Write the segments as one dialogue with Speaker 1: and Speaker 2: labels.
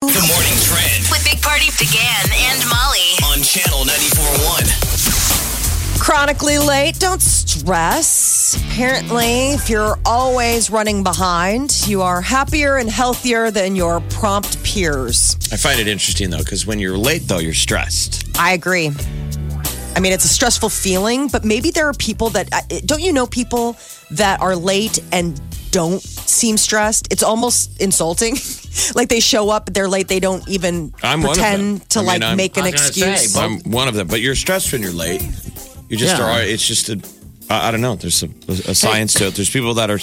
Speaker 1: The morning trend
Speaker 2: with Big Party began and Molly.
Speaker 1: on channel 94.1.
Speaker 3: Chronically late, don't stress. Apparently, if you're always running behind, you are happier and healthier than your prompt peers.
Speaker 4: I find it interesting though, because when you're late though, you're stressed.
Speaker 3: I agree. I mean, it's a stressful feeling, but maybe there are people that I- don't you know people that are late and don't seem stressed? It's almost insulting. like they show up, they're late, they don't even
Speaker 4: I'm one of them.
Speaker 3: pretend to
Speaker 4: I mean,
Speaker 3: like
Speaker 4: I'm-
Speaker 3: make an
Speaker 5: I was gonna
Speaker 3: excuse.
Speaker 5: say,
Speaker 4: I'm one of them, but you're stressed when you're late. You just
Speaker 5: Yeah.
Speaker 4: are. It's just a. I, I don't know. There's a, a science to it. There's people that are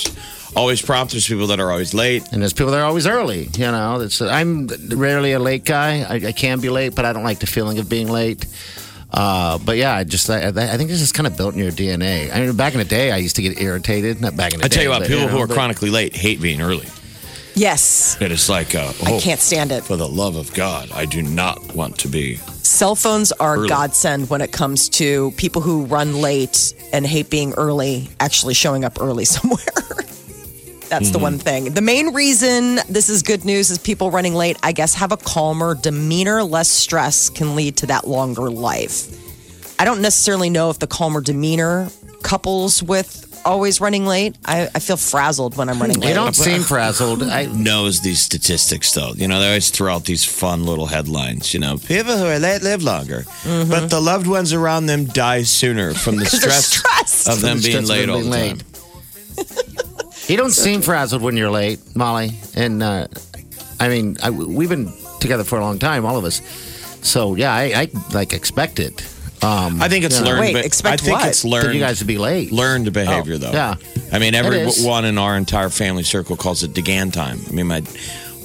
Speaker 4: always prompt. There's people that are always late.
Speaker 5: And there's people that are always early. You know, it's, I'm rarely a late guy. I, I can be late, but I don't like the feeling of being late. Uh, but yeah, I just I, I think this is kind of built in your DNA. I mean, back in the day, I used to get irritated. Not back in the
Speaker 4: I
Speaker 5: day.
Speaker 4: tell you what,
Speaker 5: but,
Speaker 4: people
Speaker 5: know,
Speaker 4: who are
Speaker 5: but-
Speaker 4: chronically late hate being early.
Speaker 3: yes,
Speaker 4: It is like, uh,
Speaker 3: I
Speaker 4: oh,
Speaker 3: can't stand it.
Speaker 4: for the love of God, I do not want to be.
Speaker 3: Cell phones are a
Speaker 4: Early.
Speaker 3: godsend when it comes to people who run late and hate being early actually showing up early somewhere. That's the one thing. The main reason this is good news is people running late, I guess, have a calmer demeanor. Less stress can lead to that longer life. I don't necessarily know if the calmer demeanor couples with always running late. I, I feel frazzled when I'm running late.
Speaker 5: They don't seem frazzled. I,
Speaker 4: Knows these statistics though. You know, they always throw out these fun little headlines. You know, people who are late live longer, but the loved ones around them die sooner from the
Speaker 3: Mm-hmm. They're
Speaker 4: stress
Speaker 3: stressed.
Speaker 4: of them
Speaker 5: It's
Speaker 4: being
Speaker 5: just
Speaker 4: late all
Speaker 5: being
Speaker 4: the
Speaker 5: late.
Speaker 4: time.
Speaker 5: You don't seem frazzled when you're late, Molly. And uh, I mean, I, we've been together for a long time, all of us. So yeah, I, I like expect it. Um,
Speaker 4: I think it's
Speaker 5: you know,
Speaker 4: learned.
Speaker 3: Wait,
Speaker 4: but
Speaker 3: expect
Speaker 4: I think
Speaker 3: what?
Speaker 4: it's
Speaker 5: for
Speaker 4: learned.
Speaker 5: you guys to be late.
Speaker 4: learned behavior though.
Speaker 5: yeah.
Speaker 4: I mean,
Speaker 5: It is.
Speaker 4: everyone in our entire family circle calls it Degan time. I mean, my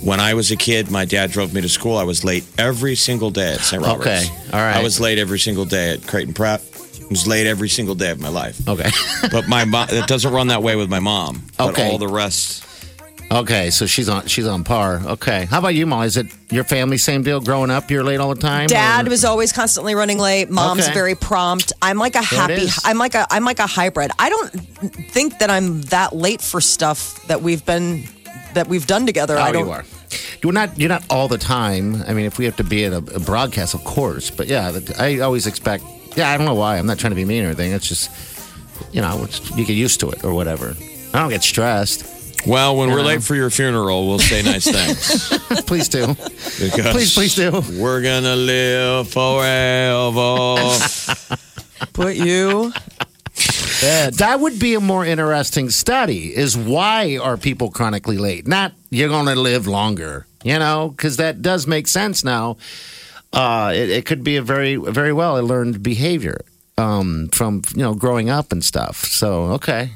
Speaker 4: when I was a kid, my dad drove me to school. I was late every single day at St. Robert's.
Speaker 5: Okay, all right.
Speaker 4: I was late every single day at Creighton Prep. I was late every single day of my life.
Speaker 5: Okay.
Speaker 4: But my mom, it doesn't run that way with my mom. But
Speaker 5: Okay.
Speaker 4: all the rest.
Speaker 5: okay. So she's on. She's on par. Okay. How about you, Molly? Is it your family same deal? Growing up, you're late all the time.
Speaker 3: Dad
Speaker 5: or-
Speaker 3: was always constantly running late. Mom's
Speaker 5: Okay.
Speaker 3: very prompt. I'm like a
Speaker 5: There
Speaker 3: happy.
Speaker 5: it is.
Speaker 3: I'm like a. I'm like a hybrid. I don't think that I'm that late for stuff that we've been that we've done together. I
Speaker 5: Oh,
Speaker 3: don't.
Speaker 5: you are. You're not. You're not all the time. I mean, if we have to be at a, a broadcast, of course. But yeah, the, I always expect. Yeah, I don't know why. I'm not trying to be mean or anything. It's just, you know, it's, you get used to it or whatever. I don't get stressed.
Speaker 4: Well, when we're
Speaker 5: know.
Speaker 4: late for your funeral, we'll say nice things.
Speaker 5: Please do.
Speaker 4: Because
Speaker 5: Please, please do.
Speaker 4: We're gonna live forever.
Speaker 3: Put you.
Speaker 5: That would be a more interesting study. Is why are people chronically late? Not you're going to live longer. You know, because that does make sense now. Uh, it, it could be a very, very well learned behavior um, from you know growing up and stuff. So okay.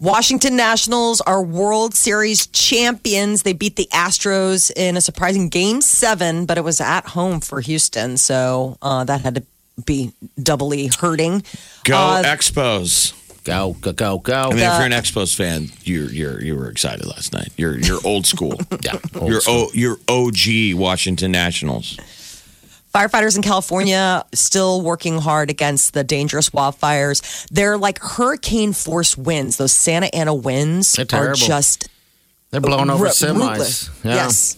Speaker 3: Washington Nationals are World Series champions. They beat the Astros in a surprising Game Seven, but it was at home for Houston, so uh, that had to be doubly hurting.
Speaker 4: Go
Speaker 3: Uh,
Speaker 4: Expos.
Speaker 5: Go, go, go, go.
Speaker 4: I mean, if you're an Expos fan, you're you're you were excited last night. You're you're old school.
Speaker 5: yeah,
Speaker 4: you're o, you're OG Washington Nationals.
Speaker 3: Firefighters in California still working hard against the dangerous wildfires. They're like hurricane force winds. Those Santa Ana winds
Speaker 5: They're
Speaker 3: are
Speaker 5: terrible.
Speaker 3: just
Speaker 5: they're blowing over
Speaker 3: ru-
Speaker 5: semis.
Speaker 3: ruthless. Yes.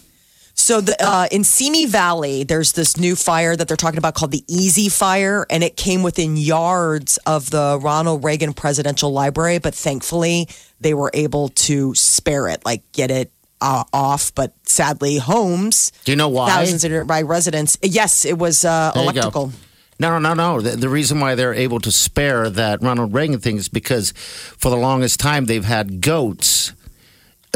Speaker 3: So the, uh, in Simi Valley, there's this new fire that they're talking about called the Easy Fire, and it came within yards of the Ronald Reagan Presidential Library. But thankfully, they were able to spare it, like get it uh, off. But sadly, homes
Speaker 5: Do you know why?
Speaker 3: thousands of nearby residents. Yes, it was uh,
Speaker 5: There you go.
Speaker 3: electrical.
Speaker 5: No, no, no, no. The, the reason why they're able to spare that Ronald Reagan thing is because for the longest time they've had goats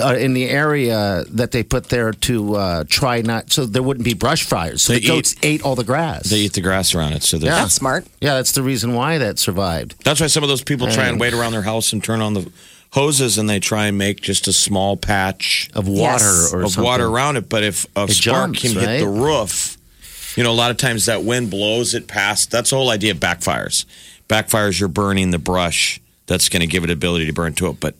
Speaker 5: uh, in the area that they put there to uh, try not, so there wouldn't be brush fires. So
Speaker 4: They
Speaker 5: the goats
Speaker 4: eat-
Speaker 5: ate all the grass.
Speaker 4: They eat the grass around it, so there's-
Speaker 5: Yeah.
Speaker 3: That's smart.
Speaker 5: yeah, that's the reason why that survived.
Speaker 4: that's why some of those people try and wait around their house and turn on the hoses, and they try and make just a small patch
Speaker 5: Of water
Speaker 3: Yes.
Speaker 5: or
Speaker 4: of
Speaker 5: something.
Speaker 4: water around it. But if a
Speaker 5: It
Speaker 4: spark
Speaker 5: jumps,
Speaker 4: can hit
Speaker 5: right?
Speaker 4: the roof, you know, a lot of times that wind blows it past. That's the whole idea of backfires. Backfires, you're burning the brush. That's going to give it ability to burn to it. But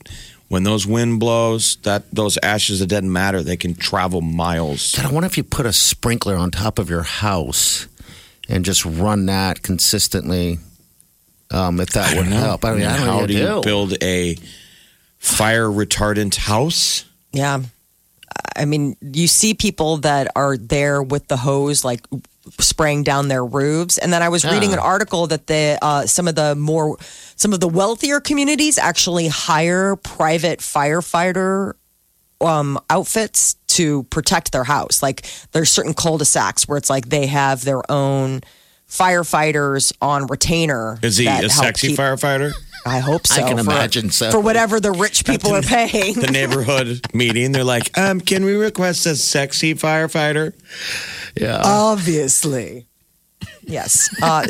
Speaker 4: when those wind blows, that those ashes, it doesn't matter. They can travel miles.
Speaker 5: God, I wonder if you put a sprinkler on top of your house and just run that consistently. Um, if that would help, I mean, I don't know
Speaker 4: how
Speaker 5: what
Speaker 4: do
Speaker 5: you
Speaker 4: you build a fire retardant house?
Speaker 3: Yeah. I mean, you see people that are there with the hose, like spraying down their roofs. And then I was reading an article that the uh, some of the more some of the wealthier communities actually hire private firefighter um, outfits to protect their house. Like there's certain cul-de-sacs where it's like they have their own firefighters on retainer.
Speaker 4: Is he
Speaker 3: that
Speaker 4: a
Speaker 3: help
Speaker 4: sexy
Speaker 3: keep-
Speaker 4: firefighter?
Speaker 3: I hope so.
Speaker 5: can
Speaker 3: for-
Speaker 5: imagine so.
Speaker 3: for whatever the rich people are paying.
Speaker 4: The neighborhood meeting, they're like, um, can we request a sexy firefighter?
Speaker 3: Obviously. Yes. Uh,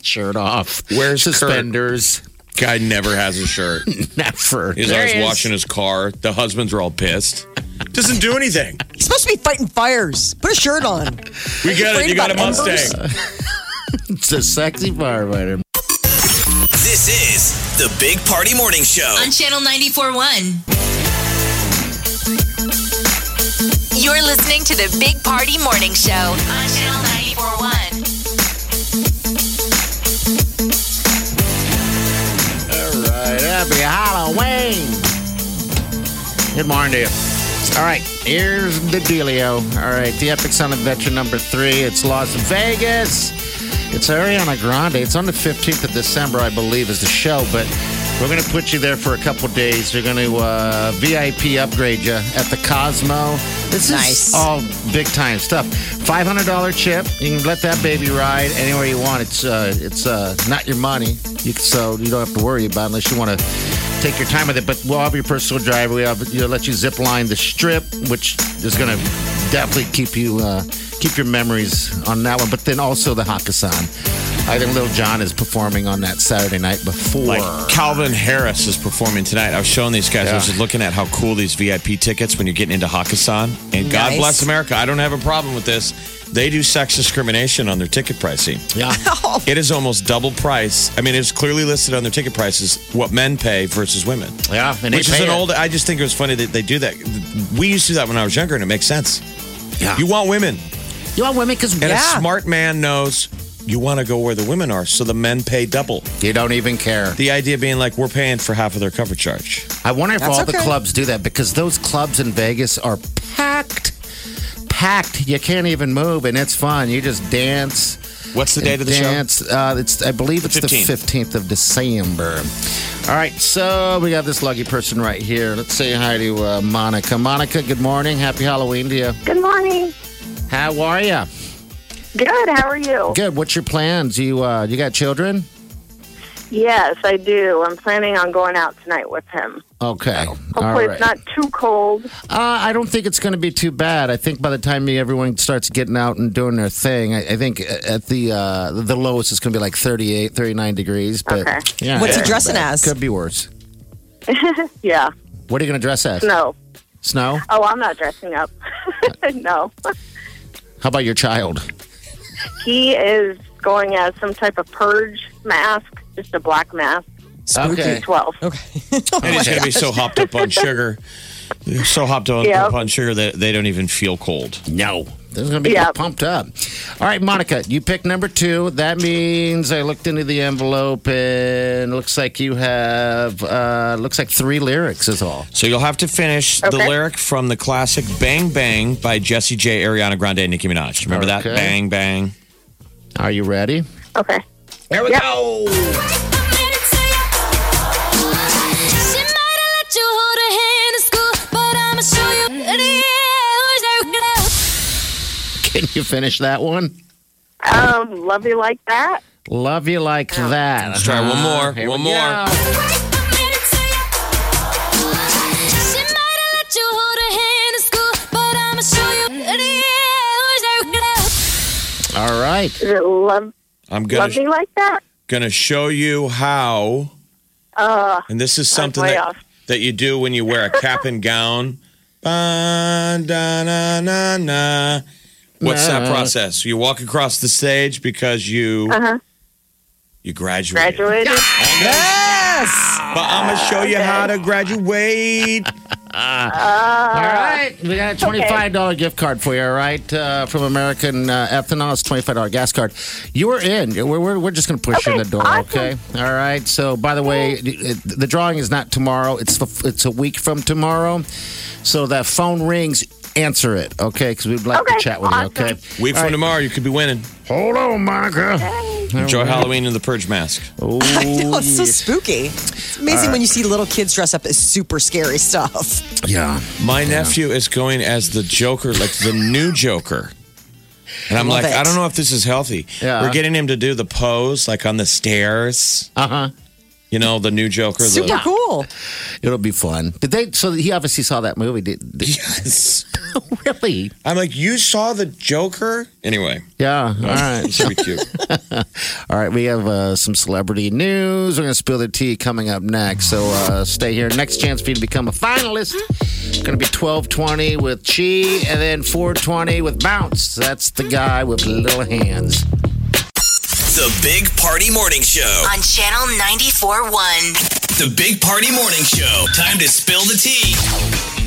Speaker 5: shirt off.
Speaker 4: Where's Kurt?
Speaker 5: suspenders?
Speaker 4: Guy never has a shirt.
Speaker 5: Never.
Speaker 4: He's always washing his car. The husbands are all pissed. Doesn't do anything.
Speaker 3: he's supposed to be fighting fires. Put a shirt on.
Speaker 4: We got it.
Speaker 3: afraid
Speaker 4: You got a
Speaker 3: about
Speaker 4: Mustang.
Speaker 3: embers?
Speaker 5: It's a sexy firefighter.
Speaker 1: This is the Big Party Morning Show.
Speaker 2: on Channel 94.1. You're listening to the Big Party Morning Show on Channel 94.1.
Speaker 5: All right, happy Halloween. Good morning to you. All right, here's the dealio. All right, the Epic Sun Adventure number three. It's Las Vegas. It's Ariana Grande. It's on the 15th of December, I believe, is the show, but we're going to put you there for a couple days. We're going to uh, VIP upgrade you at the Cosmo. This
Speaker 3: Nice.
Speaker 5: is all big time stuff. $500 chip. You can let that baby ride anywhere you want. It's uh, it's uh, not your money, you, so you don't have to worry about it unless you want to take your time with it. But we'll have your personal driver. We have you know, let you zip line the strip, which is going to definitely keep you uh, keep your memories on that one. But then also the Hakkasan. I think Little John is performing on that Saturday night before.
Speaker 4: Like Calvin Harris is performing tonight. I was showing these guys. I was
Speaker 5: Yeah.
Speaker 4: just looking at how cool these VIP tickets when you're getting into Hakkasan. And God
Speaker 3: Nice.
Speaker 4: bless America. I don't have a problem with this. They do sex discrimination on their ticket pricing.
Speaker 5: yeah.
Speaker 4: It is almost double price. I mean, it's clearly listed on their ticket prices what men pay versus women.
Speaker 5: Yeah, and they
Speaker 4: Which is
Speaker 5: pay
Speaker 4: an
Speaker 5: it.
Speaker 4: old. I just think it was funny that they do that. We used to do that when I was younger, and it makes sense.
Speaker 5: Yeah.
Speaker 4: You want women,
Speaker 5: You want women because
Speaker 4: and
Speaker 3: Yeah.
Speaker 4: a smart man knows you want to go where the women are, so the men pay double.
Speaker 5: you don't even care.
Speaker 4: The idea being like we're paying for half of their cover charge.
Speaker 5: I wonder if
Speaker 3: That's
Speaker 5: all the
Speaker 3: okay.
Speaker 5: clubs do that because those clubs in Vegas are packed, packed. You can't even move, and it's fun. You just dance.
Speaker 4: What's the date of the show?
Speaker 5: dance. Uh, it's, I believe it's the
Speaker 4: 15th.
Speaker 5: 15th of December. All right, so we got this lucky person right here. Let's say hi to uh, Monica. Monica, good morning. Happy Halloween to you.
Speaker 6: Good morning.
Speaker 5: How are you?
Speaker 6: Good. How are you?
Speaker 5: Good. What's your plans? You uh, you got children?
Speaker 6: Yes, I do. I'm planning on going out tonight with him.
Speaker 5: Okay. All
Speaker 6: Hopefully,
Speaker 5: right.
Speaker 6: it's not too cold.
Speaker 5: Uh, I don't think it's going to be too bad. I think by the time everyone starts getting out and doing their thing, I, I think at the uh, the lowest it's going to be like 38, 39 degrees. But
Speaker 6: Okay.
Speaker 5: yeah,
Speaker 3: What's he
Speaker 5: it's not
Speaker 3: dressing
Speaker 5: bad.
Speaker 3: as?
Speaker 5: Could be worse.
Speaker 6: Yeah.
Speaker 5: What are you going to dress as?
Speaker 6: No.
Speaker 5: Snow?
Speaker 6: Oh, I'm not dressing up. no.
Speaker 5: How about your child?
Speaker 6: He is going as some type of purge mask, just a black mask.
Speaker 5: Okay.
Speaker 6: He's 12.
Speaker 4: And he's going to be so hopped up on sugar, so hopped on-
Speaker 6: Yeah.
Speaker 4: up on sugar that they don't even feel cold.
Speaker 5: No. This is going to be
Speaker 6: Yeah.
Speaker 5: pumped up. All right, Monica, you picked number two. That means I looked into the envelope and looks like you have, uh, looks like three lyrics is all.
Speaker 4: So you'll have to finish the
Speaker 6: Okay.
Speaker 4: lyric from the classic "Bang Bang" by Jesse J, Ariana Grande, and Nicki Minaj. Remember that?
Speaker 5: Okay.
Speaker 4: Bang Bang.
Speaker 5: Are you ready?
Speaker 6: Okay.
Speaker 5: Here we
Speaker 6: Yep.
Speaker 5: go. Can you finish that one?
Speaker 6: Um, love you like that.
Speaker 5: Love you like that.
Speaker 4: Let's try one
Speaker 5: Uh-huh.
Speaker 4: more.
Speaker 5: Here
Speaker 4: One
Speaker 5: we
Speaker 4: more.
Speaker 5: go. All right.
Speaker 6: Is it love,
Speaker 4: I'm
Speaker 6: love me
Speaker 4: gonna
Speaker 6: like that?
Speaker 4: gonna show you how.
Speaker 6: Uh,
Speaker 4: And this is something
Speaker 6: way
Speaker 4: that,
Speaker 6: off.
Speaker 4: that you do when you wear a cap and gown. Ba, da, na, na, na. What's that
Speaker 5: Nah.
Speaker 4: process? You walk across the stage because you
Speaker 6: Uh-huh.
Speaker 4: you graduated.
Speaker 6: Graduated.
Speaker 3: Yes.
Speaker 4: But I'm gonna show you how to graduate.
Speaker 5: All right, we got a twenty-five dollar gift card for you. All right, uh, from American uh, Ethanol, it's twenty-five dollar gas card. You're in. We're, we're, we're just going to push you in the
Speaker 6: Okay,
Speaker 5: door.
Speaker 6: awesome.
Speaker 5: Okay. All right. So, by the way, it, the drawing is not tomorrow. It's the, it's a week from tomorrow. So that phone rings, answer it. Okay, because we'd like
Speaker 6: Okay,
Speaker 5: to chat with
Speaker 6: awesome.
Speaker 5: you. Okay.
Speaker 4: Week
Speaker 5: All
Speaker 4: from
Speaker 5: right.
Speaker 4: tomorrow, you could be winning.
Speaker 5: Hold on, Monica. Oh,
Speaker 4: Enjoy Halloween in the purge mask.
Speaker 3: I know it's so spooky. It's amazing when you see little kids dress up as super scary stuff.
Speaker 5: Yeah.
Speaker 4: My nephew is going as the Joker, like the new Joker. And I'm
Speaker 3: Love
Speaker 4: like,
Speaker 3: it.
Speaker 4: I don't know if this is healthy.
Speaker 5: Yeah.
Speaker 4: We're getting him to do the pose, like on the stairs.
Speaker 5: Uh huh.
Speaker 4: You know, the new Joker.
Speaker 3: Super
Speaker 4: the,
Speaker 3: cool.
Speaker 5: It'll be fun. Did they? So he obviously saw that movie. Did, did
Speaker 4: Yes.
Speaker 5: really?
Speaker 4: I'm like, you saw the Joker? Anyway,
Speaker 5: Yeah. All right.
Speaker 4: it should be cute.
Speaker 5: All right, we have uh, some celebrity news. We're going to spill the tea coming up next. So uh, stay here. Next chance for you to become a finalist. Going to be 1220 with Chi and then 420 with Bounce. That's the guy with little hands.
Speaker 1: The Big Party Morning Show.
Speaker 2: on Channel 94.1.
Speaker 1: The Big Party Morning Show. Time to spill the tea.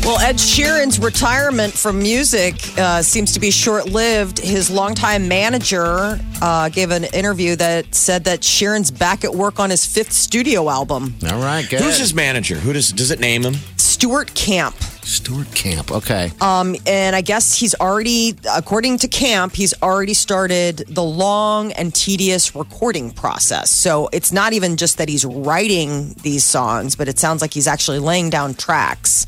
Speaker 3: Well, Ed Sheeran's retirement from music uh, seems to be short lived. His longtime manager uh, gave an interview that said that Sheeran's back at work on his fifth studio album,
Speaker 5: All right, good.
Speaker 4: Who's his manager? Who does does it name him?
Speaker 3: Stuart Camp.
Speaker 5: Stuart Camp? Okay.
Speaker 3: Um, and I guess he's already, according to Camp, he's already started the long and tedious recording process. So it's not even just that he's writing these songs, but it sounds like he's actually laying down tracks.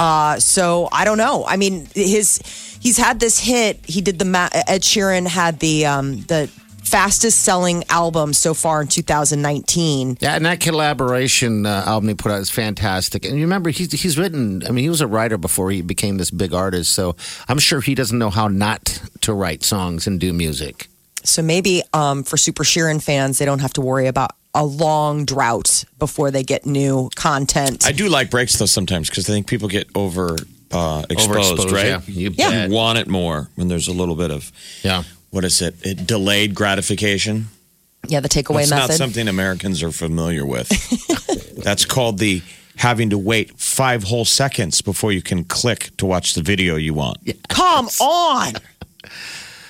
Speaker 3: Uh, so I don't know. I mean, his he's had this hit. He did the ma- Ed Sheeran had the um, the fastest selling album so far in 2019.
Speaker 5: Yeah, and that collaboration uh, album he put out is fantastic. And you remember, he's he's written. I mean, he was a writer before he became this big artist. So I'm sure he doesn't know how not to write songs and do music.
Speaker 3: So maybe um, for Super Sheeran fans, they don't have to worry about a long drought before they get new content.
Speaker 4: I do like breaks though sometimes because I think people get over uh, exposed,
Speaker 5: Overexposed,
Speaker 4: right?
Speaker 5: yeah.
Speaker 4: You
Speaker 5: You bet.
Speaker 4: want it more when there's a little bit of
Speaker 5: Yeah.
Speaker 4: what is it? it delayed gratification.
Speaker 3: yeah, the takeaway
Speaker 4: That's
Speaker 3: method.
Speaker 4: not something Americans are familiar with. That's called the having to wait five whole seconds before you can click to watch the video you want.
Speaker 3: Come on.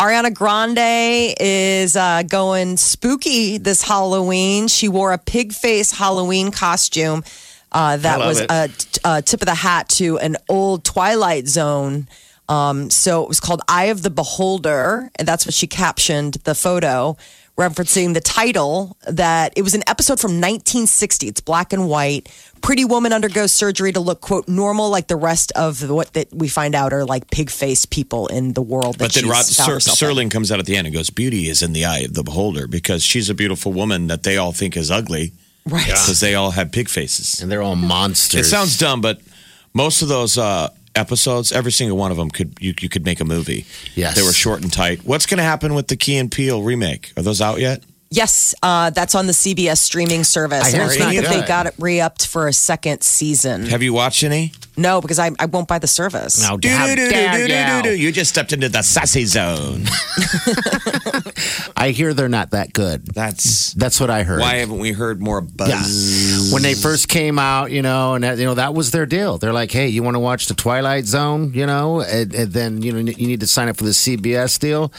Speaker 3: Ariana Grande is uh, going spooky this Halloween. She wore a pig face Halloween costume. Uh, that was a, t- a tip of the hat to an old Twilight Zone. Um, so it was called Eye of the Beholder, and that's what she captioned the photo, referencing the title that it was an episode from 1960. It's black and white. Pretty woman undergoes surgery to look, quote, normal like the rest of what that we find out are like pig faced people in the world. That
Speaker 4: But then
Speaker 3: she's
Speaker 4: Rod
Speaker 3: found
Speaker 4: Ser-
Speaker 3: herself in.
Speaker 4: Serling comes out at the end and goes, Beauty is in the eye of the beholder because she's a beautiful woman that they all think is ugly
Speaker 3: Right.
Speaker 4: because they all have pig faces.
Speaker 5: and they're all monsters.
Speaker 4: It sounds dumb, but most of those uh, episodes, every single one of them, could you, you could make a movie.
Speaker 5: Yes.
Speaker 4: they were short and tight. What's going to happen with the Key and Peele remake? Are those out yet?
Speaker 3: Yes, uh, that's on the CBS streaming service.
Speaker 5: I
Speaker 3: and
Speaker 5: hear
Speaker 3: I
Speaker 5: it's
Speaker 3: think
Speaker 5: not
Speaker 3: that they
Speaker 5: good.
Speaker 3: got it re upped for a second season.
Speaker 4: Have you watched any?
Speaker 3: No, because I, I won't buy the service.
Speaker 5: Now, how dare you.
Speaker 4: You just stepped into the sassy zone.
Speaker 5: I hear they're not that good.
Speaker 4: That's
Speaker 5: That's what I heard.
Speaker 4: why haven't we heard more
Speaker 5: Yeah.
Speaker 4: buzz?
Speaker 5: When they first came out, you know, and that, you know that was their deal. They're like, "Hey, you want to watch the Twilight Zone? You know, and, and then you know you need to sign up for the CBS deal."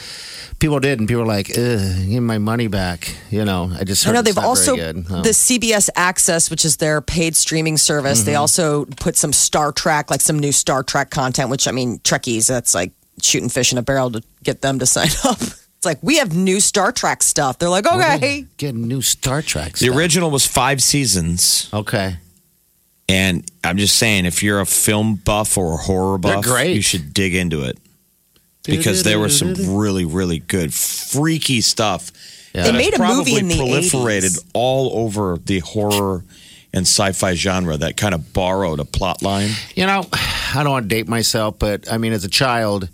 Speaker 5: People did, and people were like, Ugh, "Give me my money back." You know, I just
Speaker 3: I
Speaker 5: heard
Speaker 3: know
Speaker 5: it's
Speaker 3: they've
Speaker 5: not
Speaker 3: also
Speaker 5: very good. Oh.
Speaker 3: the CBS Access, which is their paid streaming service.
Speaker 5: Mm-hmm.
Speaker 3: They also put some Star Trek, like some new Star Trek content. Which I mean, Trekkies, that's like shooting fish in a barrel to get them to sign up. It's like we have new Star Trek stuff. They're like, okay,
Speaker 5: getting new Star Trek.
Speaker 4: The
Speaker 5: stuff.
Speaker 4: original was five seasons,
Speaker 5: okay,
Speaker 4: and I'm just saying, if you're a film buff or a horror
Speaker 5: They're
Speaker 4: buff,
Speaker 5: great.
Speaker 4: you should dig into it because there was some really, really good, freaky stuff.
Speaker 3: they
Speaker 4: that
Speaker 3: made a
Speaker 4: probably
Speaker 3: movie in the
Speaker 4: proliferated
Speaker 3: 80s.
Speaker 4: all over the horror and sci-fi genre that kind of borrowed a plot line.
Speaker 5: You know, I don't want to date myself, but I mean, as a child,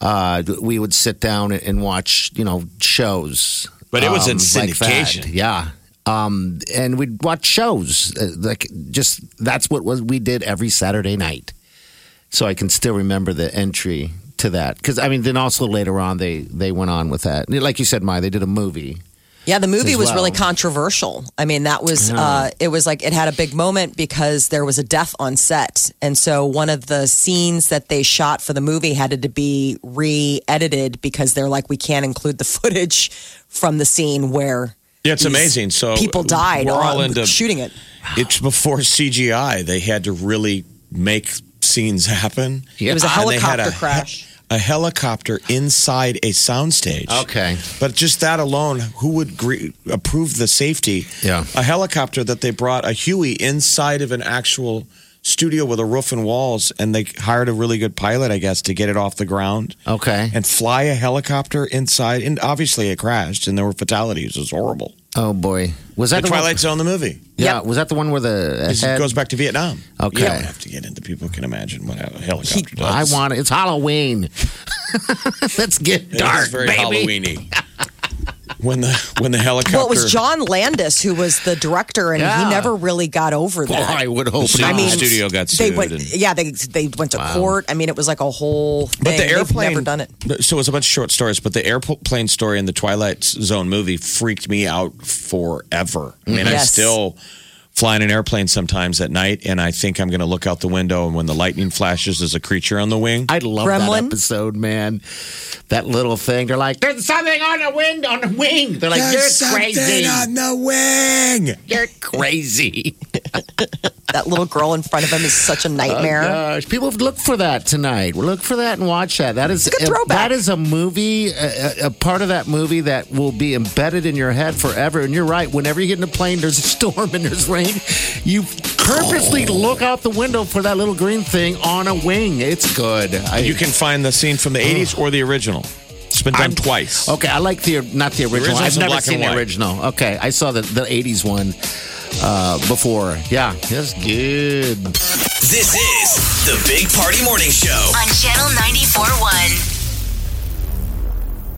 Speaker 5: uh, we would sit down and watch, you know, shows. um,
Speaker 4: But it was in
Speaker 5: like that.
Speaker 4: syndication.
Speaker 5: yeah. Um, and we'd watch shows. Uh, like, just that's what was we did every Saturday night. So I can still remember the entry to that because I mean, then also later on they they went on with that. Like you said, Maya, they did a movie.
Speaker 3: Yeah, the movie
Speaker 5: as
Speaker 3: was really
Speaker 5: well.
Speaker 3: controversial. I mean, that was uh, it was like it had a big moment because there was a death on set, and so one of the scenes that they shot for the movie had to be re-edited because they're like, we can't include the footage from the scene where
Speaker 4: Yeah, it's
Speaker 3: these
Speaker 4: amazing. So
Speaker 3: people died
Speaker 4: We're all
Speaker 3: on
Speaker 4: into
Speaker 3: shooting it.
Speaker 4: It's before CGI. They had to really make scenes happen. Ah,
Speaker 3: It was a
Speaker 4: And they had
Speaker 3: helicopter
Speaker 4: a-
Speaker 3: crash.
Speaker 4: A helicopter inside a soundstage.
Speaker 5: Okay.
Speaker 4: But just that alone, who would gre- approve the safety?
Speaker 5: Yeah.
Speaker 4: A helicopter that they brought a Huey inside of an actual studio with a roof and walls, and they hired a really good pilot, I guess, to get it off the ground
Speaker 5: Okay.
Speaker 4: and fly a helicopter inside. And obviously, it crashed, and there were fatalities. It was horrible.
Speaker 5: oh boy, was that
Speaker 4: The
Speaker 5: the,
Speaker 4: Twilight
Speaker 5: One,
Speaker 4: Zone, the movie.
Speaker 5: yeah, was that the one where the
Speaker 4: This
Speaker 5: head?
Speaker 4: goes back to Vietnam.
Speaker 5: Okay.
Speaker 4: You don't have to get into people can imagine what a helicopter
Speaker 5: I
Speaker 4: does.
Speaker 5: want it. It's Halloween. Let's get
Speaker 4: It is
Speaker 5: dark,
Speaker 4: very
Speaker 5: baby.
Speaker 4: Halloweeny. when the when the helicopter
Speaker 3: Well, it was John Landis who was the director, and
Speaker 5: Yeah.
Speaker 3: he never really got over
Speaker 5: Well,
Speaker 3: that.
Speaker 5: I would hope
Speaker 4: The
Speaker 5: not.
Speaker 4: I mean, studio got
Speaker 3: they
Speaker 4: sued.
Speaker 3: went,
Speaker 4: and-
Speaker 3: yeah, they they went to court. I mean, it was like a whole. Thing.
Speaker 4: but the airplane
Speaker 3: They've never done it.
Speaker 4: So it was a bunch of short stories, but the airplane story in the Twilight Zone movie freaked me out forever. I mean, I
Speaker 3: Yes.
Speaker 4: still fly in an airplane sometimes at night, and I think I'm going to look out the window, and when the lightning flashes, there's a creature on the wing.
Speaker 5: I love that
Speaker 3: Gremlin?
Speaker 5: episode, man. That little thing. They're like, there's something on the wind on the wing. They're like, you're crazy.
Speaker 4: the wing.
Speaker 5: you're crazy.
Speaker 3: That little girl in front of him is such a nightmare.
Speaker 5: Gosh, Uh, people have looked for that tonight. Look for that and watch that. That is
Speaker 3: It's a good throwback.
Speaker 5: That is a movie, a, a- a part of that movie that will be embedded in your head forever. And you're right. Whenever you get in a plane, there's a storm and there's rain. You purposely
Speaker 4: Oh.
Speaker 5: look out the window for that little green thing on a wing. It's good. I,
Speaker 4: You can find the scene from the 80s or the original. It's been done twice.
Speaker 5: Okay, I like the not the original.
Speaker 4: original's
Speaker 5: I've
Speaker 4: in
Speaker 5: never
Speaker 4: black and
Speaker 5: seen the
Speaker 4: white.
Speaker 5: original. Okay, I saw the the '80s one uh, before. Yeah, that's good.
Speaker 1: This is the Big Party Morning Show.
Speaker 2: on Channel 94.1.